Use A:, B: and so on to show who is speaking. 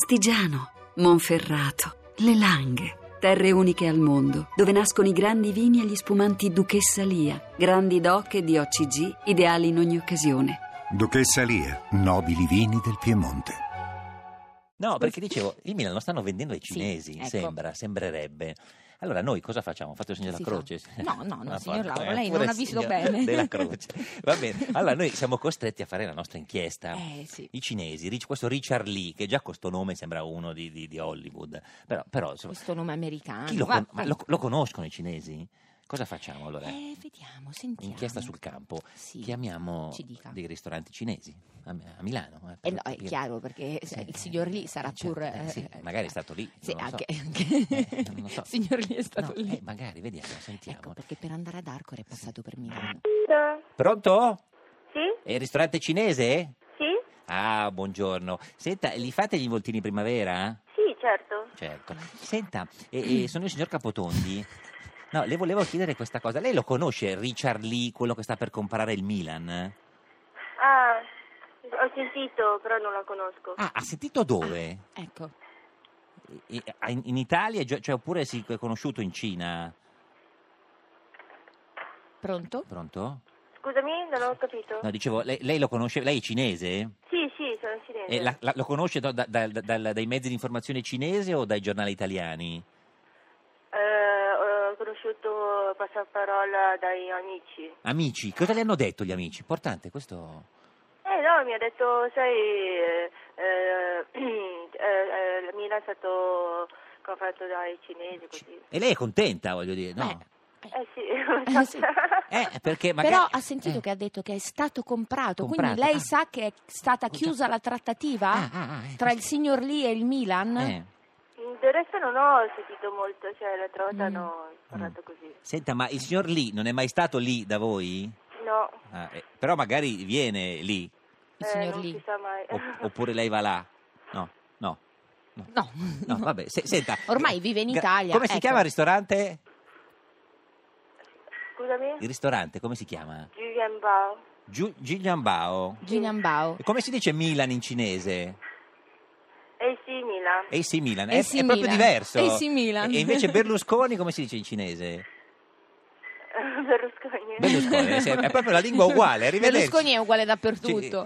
A: Astigiano, Monferrato, Le Langhe. Terre uniche al mondo, dove nascono i grandi vini e gli spumanti Duchessa Lia, grandi doc e di OCG, ideali in ogni occasione.
B: Duchessa Lia, nobili vini del Piemonte.
C: No, perché dicevo, il Milan lo stanno vendendo ai cinesi,
D: ecco.
C: sembra, sembrerebbe. Allora noi cosa facciamo? Fatto il segno
D: Che
C: della croce? Ah,
D: si fa? No, no, no,
C: Ma
D: signor
C: porca,
D: Lauro, lei
C: eppure
D: non ha visto
C: signora
D: bene.
C: eh, Della croce. Va bene, allora noi siamo costretti a fare la nostra inchiesta.
D: Eh sì.
C: I cinesi, Rich- questo Richard Lee, che già questo nome sembra uno di, di- di Hollywood, però, però, insomma,
D: Questo nome americano.
C: chi lo,
D: va-
C: con- ma lo- lo conoscono i cinesi? Cosa facciamo allora?
D: Eh, vediamo, sentiamo.
C: Inchiesta sul campo.
D: Sì.
C: Chiamiamo
D: Ci dica.
C: dei ristoranti cinesi a, a Milano. eh,
D: Eh
C: per
D: no, è
C: capire.
D: chiaro perché
C: Eh, Sì,
D: se- eh, il signor lì sarà
C: eh, certo,
D: pur.
C: eh, sì,
D: eh,
C: magari è stato lì,
D: Sì,
C: non lo so.
D: anche. anche-
C: Eh, non lo so.
D: Il signor lì è stato
C: No,
D: lì.
C: eh, magari, vediamo, sentiamo.
D: Ecco perché per andare ad Arcore è passato per Milano.
C: Pronto?
E: Sì?
C: È il ristorante cinese?
E: Sì?
C: Ah, buongiorno. Senta, li fate gli involtini primavera?
E: Sì, certo.
C: Certo. Senta, e- e sono il signor Capotondi. No, le volevo chiedere questa cosa. Lei lo conosce Richard Lee, quello che sta per comprare il Milan?
E: Ah, ho sentito, però non la conosco.
C: Ah, ha sentito dove?
D: Ecco,
C: I- i- In, in Italia, Gio- cioè, oppure si è conosciuto in Cina?
D: pronto?
C: Pronto?
E: Scusami, non ho capito.
C: No, dicevo, lei, lei lo conosce, lei è cinese?
E: Sì, sì, sono cinese.
C: E la- la- lo conosce da- da- da- dal- dai mezzi di informazione cinese o dai giornali italiani?
E: Eh, ho conosciuto passaparola dai amici.
C: Amici, cosa le hanno detto gli amici? Importante questo.
E: Eh no, mi ha detto, sai, eh, eh, eh, eh, la Milan è stato comprato dai cinesi, così.
C: E lei è contenta, voglio dire, no?
E: Eh sì,
D: Eh, sì.
C: Eh, perché magari...
D: Però ha sentito
C: eh.
D: che ha detto che è stato comprato,
C: Comprato,
D: quindi lei
C: ah.
D: sa che è stata chiusa la trattativa
C: Ah, ah, ah, eh.
D: tra il signor lì e il Milan?
C: Eh.
E: Del resto non ho sentito molto, cioè l'altra volta
D: Mm.
E: no, ho parlato così.
C: Senta, ma il signor Lì non è mai stato lì da voi?
E: No,
C: Ah, eh, però magari viene lì,
D: Il
E: eh,
D: signor
E: non si
D: lì?
E: sa mai.
C: opp- oppure lei va là. No, no.
D: No.
C: No, vabbè, se- senta.
D: Ormai vive in
C: gra-
D: Italia,
C: Come si
D: ecco.
C: chiama il ristorante?
E: Scusami?
C: Il ristorante, come si chiama?
E: Julian Bao.
C: Giu- Gigliambao.
D: Giniambao.
C: E come si dice Milan in cinese?
E: Eh sì, Milan.
C: AC Milan.
D: AC
C: è, è proprio
D: Milan.
C: diverso.
D: AC Milan.
C: E invece Berlusconi come si dice in cinese?
E: Berlusconi.
C: Berlusconi, eh, sì, è proprio la lingua uguale, arrivederci.
D: Berlusconi è uguale dappertutto.
C: Ci-